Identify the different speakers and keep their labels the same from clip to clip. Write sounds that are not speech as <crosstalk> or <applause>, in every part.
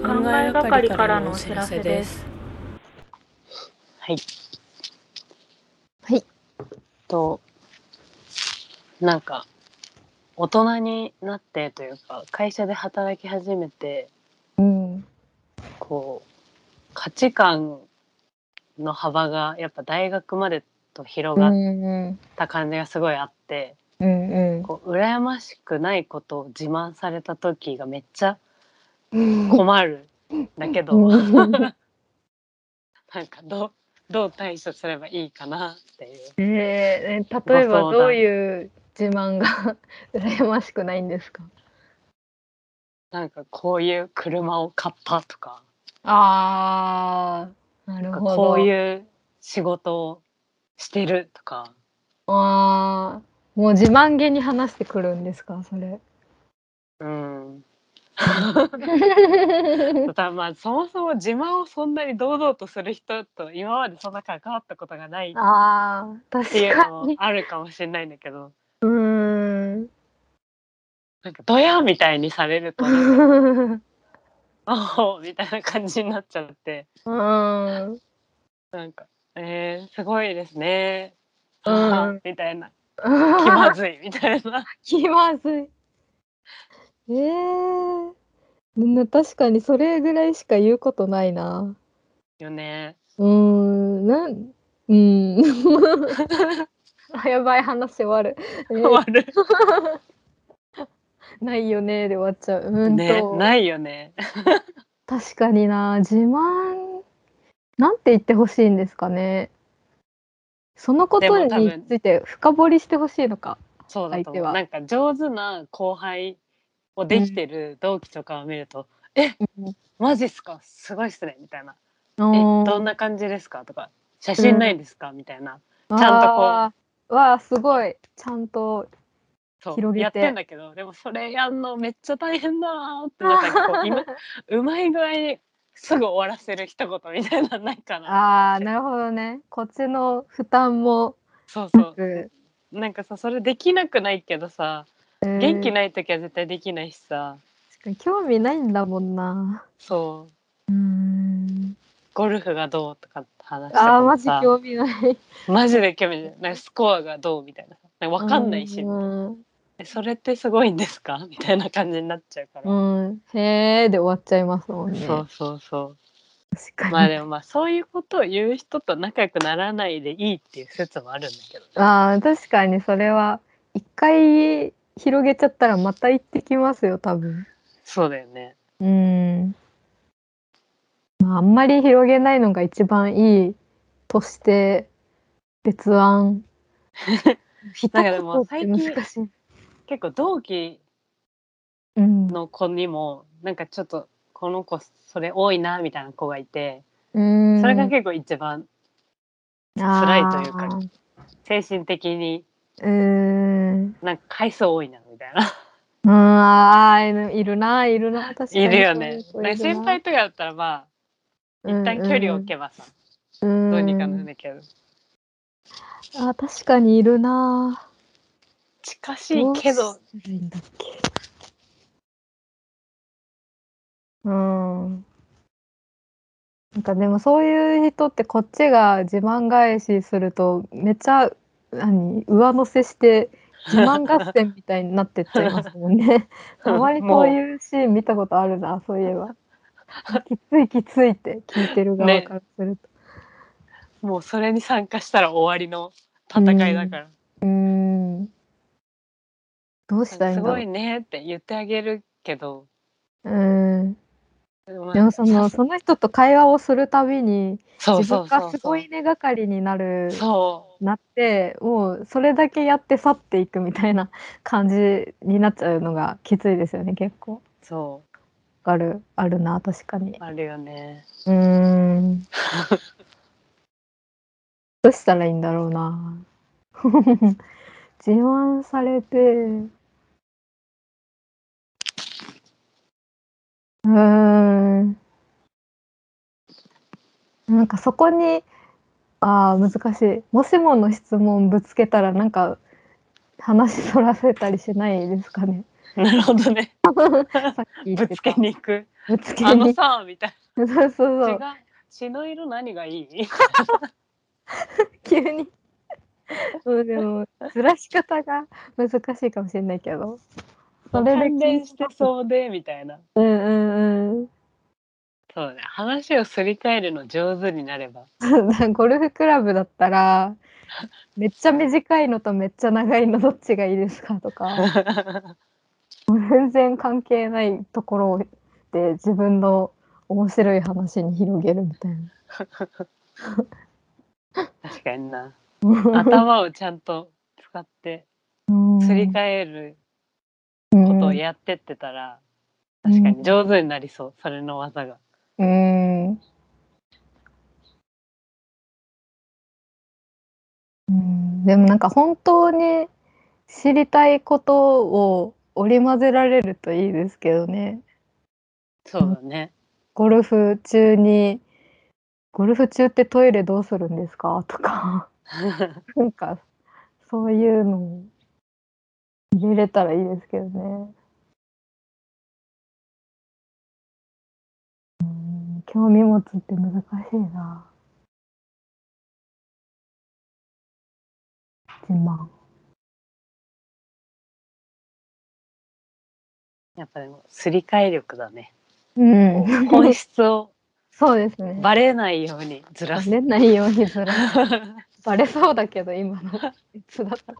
Speaker 1: 考えがかりからのお知らせです。
Speaker 2: はい。
Speaker 3: はい。
Speaker 2: と、なんか、大人になってというか、会社で働き始めて、
Speaker 3: うん。
Speaker 2: こう、価値観の幅が、やっぱ大学までと広
Speaker 3: う
Speaker 2: がっ
Speaker 3: ん
Speaker 2: た感じがすごいあって、
Speaker 3: うん
Speaker 2: こう、羨ましくないことを自慢された時がめっちゃ
Speaker 3: うん。
Speaker 2: 困るんだけど、
Speaker 3: うん
Speaker 2: なんかどう、どう対処すればいいかなっていう。
Speaker 3: <laughs> ええー例えばどういう自慢が <laughs> 羨ましくないんですか。
Speaker 2: なんかこういう車を買ったとか、
Speaker 3: ああ、なる
Speaker 2: なん
Speaker 3: ほ
Speaker 2: か
Speaker 3: ど。
Speaker 2: こう
Speaker 3: う。
Speaker 2: いう仕事をしてるとか、
Speaker 3: ああ、もう自慢げに話してくるんですか、そ
Speaker 2: <laughs>
Speaker 3: れ。
Speaker 2: うん。ただまあそもそも自慢をそんなに堂々とする人と今までそんな関わったことがないっ
Speaker 3: ああ、確
Speaker 2: ていう
Speaker 3: か
Speaker 2: のも
Speaker 3: に。
Speaker 2: あるかもしれないんだけど、
Speaker 3: うーん。
Speaker 2: なんかドヤみたいにされると、
Speaker 3: うん。
Speaker 2: おおみたいな感じになっちゃって、
Speaker 3: うん。
Speaker 2: なんか、えー、すごいですね。
Speaker 3: うん
Speaker 2: あーみたいな。気まずいみたいな。
Speaker 3: <laughs> 気まずい。えー、な確かにそれぐらいしか言うことないな。
Speaker 2: よね。
Speaker 3: うーん、なん、うーん。 <laughs> あやばい話終わる。
Speaker 2: <laughs>
Speaker 3: え
Speaker 2: 終わる。
Speaker 3: ーないよねで終わっちゃう。うーん
Speaker 2: ね、
Speaker 3: と、
Speaker 2: ないよね。
Speaker 3: 確かにな自慢なんて言ってほしいんですかね。そのこ
Speaker 2: でも
Speaker 3: と
Speaker 2: 多分
Speaker 3: について深掘りしてほしいのか。
Speaker 2: そうだと思
Speaker 3: 相手
Speaker 2: う。
Speaker 3: は
Speaker 2: なんか上手な後輩をできてる同期とかを見ると、え
Speaker 3: うん
Speaker 2: マジっすかすごいっすねみたいな。
Speaker 3: え
Speaker 2: えどんな感じですかとか写真ないですか、みたいな。ちゃんとこう
Speaker 3: う。わあすごいちゃんと
Speaker 2: そ
Speaker 3: 広
Speaker 2: う
Speaker 3: げて
Speaker 2: やってんだけどでもそれやんのめっちゃ大変だなーってなんか
Speaker 3: <laughs>
Speaker 2: こう今うまい具合にすぐ終わらせる一言みたいなのないかな。
Speaker 3: ああなるほどねこっちの負担も
Speaker 2: そう
Speaker 3: な
Speaker 2: そ
Speaker 3: く
Speaker 2: うなんかさそれできなくないけどさ元気ない時は絶対できないしさ
Speaker 3: 確かに興味ないんだもんな
Speaker 2: そう
Speaker 3: うーん
Speaker 2: ゴルフがどうとかって話して
Speaker 3: あーマジ興味ない
Speaker 2: マジで興味ない。なんかスコアがどうみたいな。なんかわかんないし、
Speaker 3: うん、
Speaker 2: えそれってすごいんですか <laughs> みたいな感じになっちゃうから。
Speaker 3: うん、へえで終わっちゃいますもんね
Speaker 2: そうそうそ
Speaker 3: 確
Speaker 2: う。ま
Speaker 3: か
Speaker 2: あ
Speaker 3: に、
Speaker 2: でもまあそういうことを言う人と仲良くならないでいいっていう説もあるんだけど。
Speaker 3: あー確かにそれは一回広げちゃったらまた行ってきますよ多分
Speaker 2: そうだよね。
Speaker 3: うんまああんまり広げないのが一番いいとして別
Speaker 2: <laughs>
Speaker 3: 案一
Speaker 2: なんかでも
Speaker 3: 言って難しい
Speaker 2: 結構同期
Speaker 3: うん
Speaker 2: の子にもなんかちょっとこの子それ多いなみたいな子がいて、
Speaker 3: うん
Speaker 2: それが結構一番辛いというか
Speaker 3: あー
Speaker 2: 精神的に
Speaker 3: うーん
Speaker 2: なんか回数多いなみたいな。
Speaker 3: うんあーいるないるな確かに
Speaker 2: いるよね。
Speaker 3: そう
Speaker 2: な
Speaker 3: いう子いるな
Speaker 2: か先
Speaker 3: ん
Speaker 2: 輩とかだったらまあ一旦距離を置けばさ、
Speaker 3: うん
Speaker 2: どうにかなるんだけど。
Speaker 3: あー確かにいるな
Speaker 2: 近しいけ
Speaker 3: ど
Speaker 2: ど
Speaker 3: うしたらいいんだっけうんなんかでもそういう人ってこっちが自慢返しするとめちゃ何上乗せして自慢合戦みたいになってっちゃいますもんね。たまにこう
Speaker 2: う
Speaker 3: いうシーン見たことあるな、そういえば。きついきついって聞いてる側
Speaker 2: ね
Speaker 3: からすると。
Speaker 2: もうもうそれに参加したら終わりの戦いだから、
Speaker 3: うーん。どうしたい
Speaker 2: す
Speaker 3: んだ
Speaker 2: ご
Speaker 3: ろ。
Speaker 2: いうねって言ってあげるけど
Speaker 3: うーん。
Speaker 2: でも
Speaker 3: でもその、その人と会話をするたびに、
Speaker 2: そう
Speaker 3: 自
Speaker 2: そ
Speaker 3: 分
Speaker 2: うそ
Speaker 3: が
Speaker 2: う
Speaker 3: す
Speaker 2: そ
Speaker 3: ご
Speaker 2: う
Speaker 3: い根がかりになる、
Speaker 2: そう
Speaker 3: なって、もうそれだけやって去っていくみたいな感じになっちゃうのがきついですよね、結構。
Speaker 2: そ
Speaker 3: ある、あるな、確かに
Speaker 2: う。あるよね
Speaker 3: うーん。
Speaker 2: <laughs>
Speaker 3: どうしたらいいんだろうな。 <laughs> 自慢されて。うーん。なんかそこに、ああ、難しい。もしもの質問ぶつけたら、なんか話そらせたりしないですかね。
Speaker 2: なるほどね。
Speaker 3: さっき言
Speaker 2: ぶ
Speaker 3: って
Speaker 2: つ
Speaker 3: た
Speaker 2: けに行く。
Speaker 3: ぶつけ
Speaker 2: あ
Speaker 3: <laughs>
Speaker 2: の
Speaker 3: に
Speaker 2: さ、みたい
Speaker 3: そうそうそ
Speaker 2: な。違う
Speaker 3: う。
Speaker 2: 血の色何がいい
Speaker 3: 急に <laughs> そうでもずらし方が難しいかもしれないけどそれで
Speaker 2: 関連してそうで、みたいな。
Speaker 3: うんうんうん
Speaker 2: そうね。話をすり替えるの上手になれば。
Speaker 3: ゴルフクラブだったらめっちゃ短いのとめっちゃ長いのどっちがいいですかとか全然関係ないところで自分の面白い話に広げるみたいな。
Speaker 2: 確かに
Speaker 3: <laughs>
Speaker 2: な。頭をちゃんと使って、すり替えることをやってってたら、
Speaker 3: うん
Speaker 2: 確かに上手になりそう。それの技が。
Speaker 3: うんうんでもなんか本当に知りたいことを織り交ぜられるといいですけどね。
Speaker 2: そうだね。 <laughs>
Speaker 3: ゴルフ中にゴルフ中ってトイレどうするんですかとかなんかそういうのを入れれたらいいですけどね。うん興味持つって難しいな。自慢。
Speaker 2: やっぱでも、すり替え力だね。
Speaker 3: うん、
Speaker 2: 本質を
Speaker 3: そうですね。
Speaker 2: バレないようにずら
Speaker 3: バ
Speaker 2: す。
Speaker 3: レないように <laughs> ずらす。バレそうだけど今のやつだった。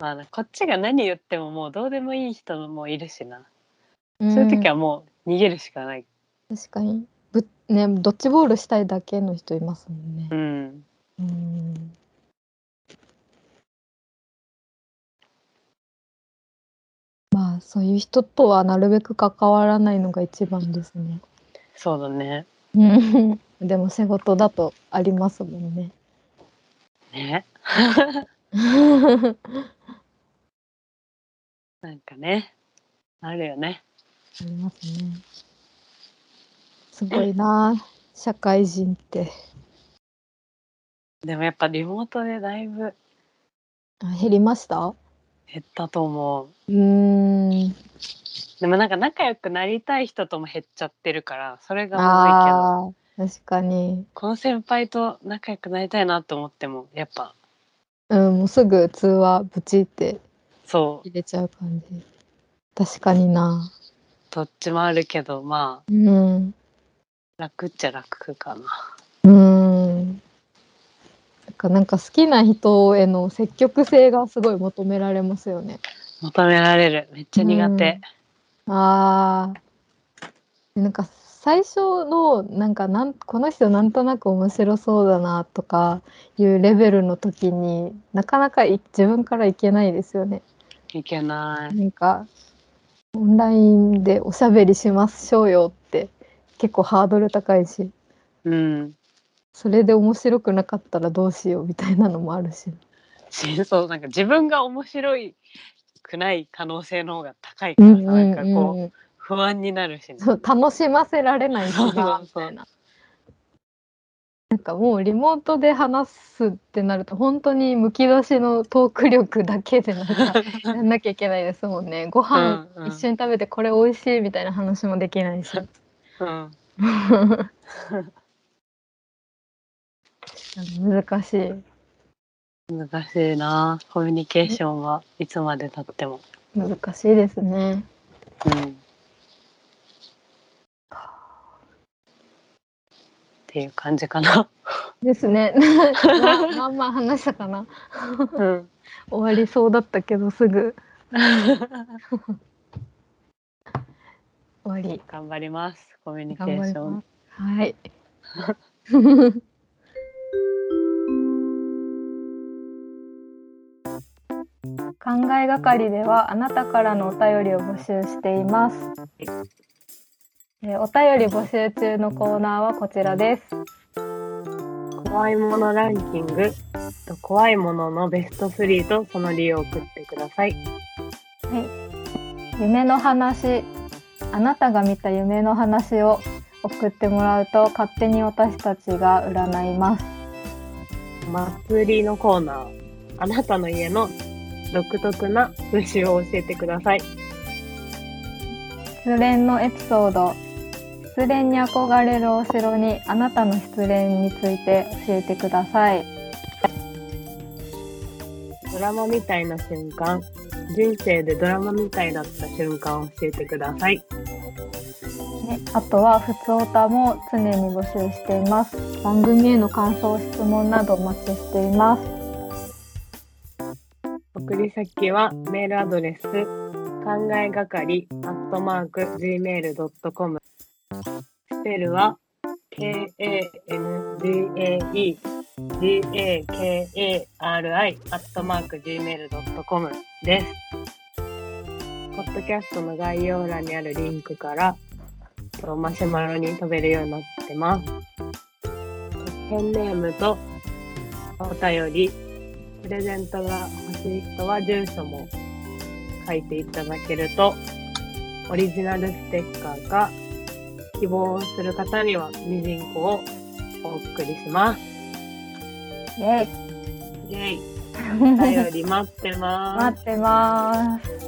Speaker 2: まあな、こっちが何言ってももうどうでもいい人もいるしな。そういう時はもう逃げるしかない。
Speaker 3: 確かにぶねドッジボールしたいだけの人いますもんね
Speaker 2: うん。
Speaker 3: うんまあそういう人とはなるべく関わらないのが一番ですね
Speaker 2: そうだね。
Speaker 3: でも仕事だとありますも
Speaker 2: <laughs>
Speaker 3: んね
Speaker 2: ね。
Speaker 3: あ
Speaker 2: なんかね。あるよね。
Speaker 3: りますねすごいな社会人って
Speaker 2: でもやっぱリモートでだいぶ
Speaker 3: あ減りました
Speaker 2: 減ったと思う。
Speaker 3: うーん
Speaker 2: でもなんか仲良くなりたい人とも減っちゃってるから、それがまずいけど、
Speaker 3: あー確かに
Speaker 2: この先輩と仲良くなりたいなと思っても、やっぱ
Speaker 3: うん、もうすぐ通話ブチって
Speaker 2: そう、
Speaker 3: 入れちゃう感じ。確かにな。
Speaker 2: どっちもあるけど、まあ
Speaker 3: うん。う
Speaker 2: 楽っちゃ楽かな。
Speaker 3: ーん。なんかなんか好きな人への積極性がすごい求められますよね。
Speaker 2: 求められる。めっちゃ苦手。
Speaker 3: あーなんか最初のなんかなんこの人なんとなく面白そうだなとかいうレベルの時になかなかい自分からいけないですよね。
Speaker 2: いけない。
Speaker 3: なんかオンラインでおしゃべりしましょうよって結構ハードル高いし
Speaker 2: うん。
Speaker 3: それで面白くなかったらどうしようみたいなのもあるし
Speaker 2: しそう、なんか自分が面白いくない可能性の方が高いからさ、なんかこう、
Speaker 3: うん
Speaker 2: 不安になるしね。
Speaker 3: そう楽しませられないしな
Speaker 2: そう
Speaker 3: み
Speaker 2: そうそう
Speaker 3: たいな。なんかもうリモートで話すってなると本当にむき出しのトーク力だけでな
Speaker 2: <laughs>
Speaker 3: んかやんなきゃいけないですもんねご飯
Speaker 2: うんうん
Speaker 3: 一緒に食べてこれ美味しいみたいな話もできないし。
Speaker 2: うん。
Speaker 3: 難しい。
Speaker 2: 難しいな。コミュニケーションはいつまでたっても。
Speaker 3: 難しいですね。
Speaker 2: うん。っていう感じかな。
Speaker 3: ですね。
Speaker 2: <laughs>
Speaker 3: まあまあまあ話したかな。
Speaker 2: うん。
Speaker 3: 終わりそうだったけどす
Speaker 2: <laughs>
Speaker 3: ぐ終わり。
Speaker 2: 頑張ります。コミュニケ
Speaker 3: 頑張
Speaker 2: ーシ
Speaker 3: り
Speaker 2: ョン
Speaker 3: ま。す。はい。
Speaker 2: <laughs>
Speaker 3: 考えがかりではあなたからのお便りを募集しています。えーお便り募集中のコーナーはこちらです。
Speaker 2: 怖いものランキング。怖いもののベスト3とその理由を送ってください。
Speaker 3: 夢の話あなたが見た夢の話を送ってもらうと勝手に私たちが占います
Speaker 2: 祭りのコーナー。あなたの家の独特な風習を教えてください。
Speaker 3: 失恋のエピソード失恋に憧れるお城にあなたの失恋について教えてください
Speaker 2: ドラマみたいな瞬間、人生でドラマみたいだった瞬間を教えてください。
Speaker 3: ねあとはふつおたも常に募集しています番組への感想質問などお待ちしています
Speaker 2: 送り先はメールアドレス考えがかりアットマーク gmail.com スペルは k-a-n-g-a-e gakari アットマーク gmail.com です。ポッドキャストの概要欄にあるリンクからとマシュマロに飛べるようになってます。ペンネームとお便り、プレゼントが欲しい人は住所も書いていただけると、オリジナルステッカーか、希望する方にはミジンコをお送りします。
Speaker 3: イエ
Speaker 2: イ
Speaker 3: イ
Speaker 2: ェイ。お便り待ってま
Speaker 3: <laughs> 待ってます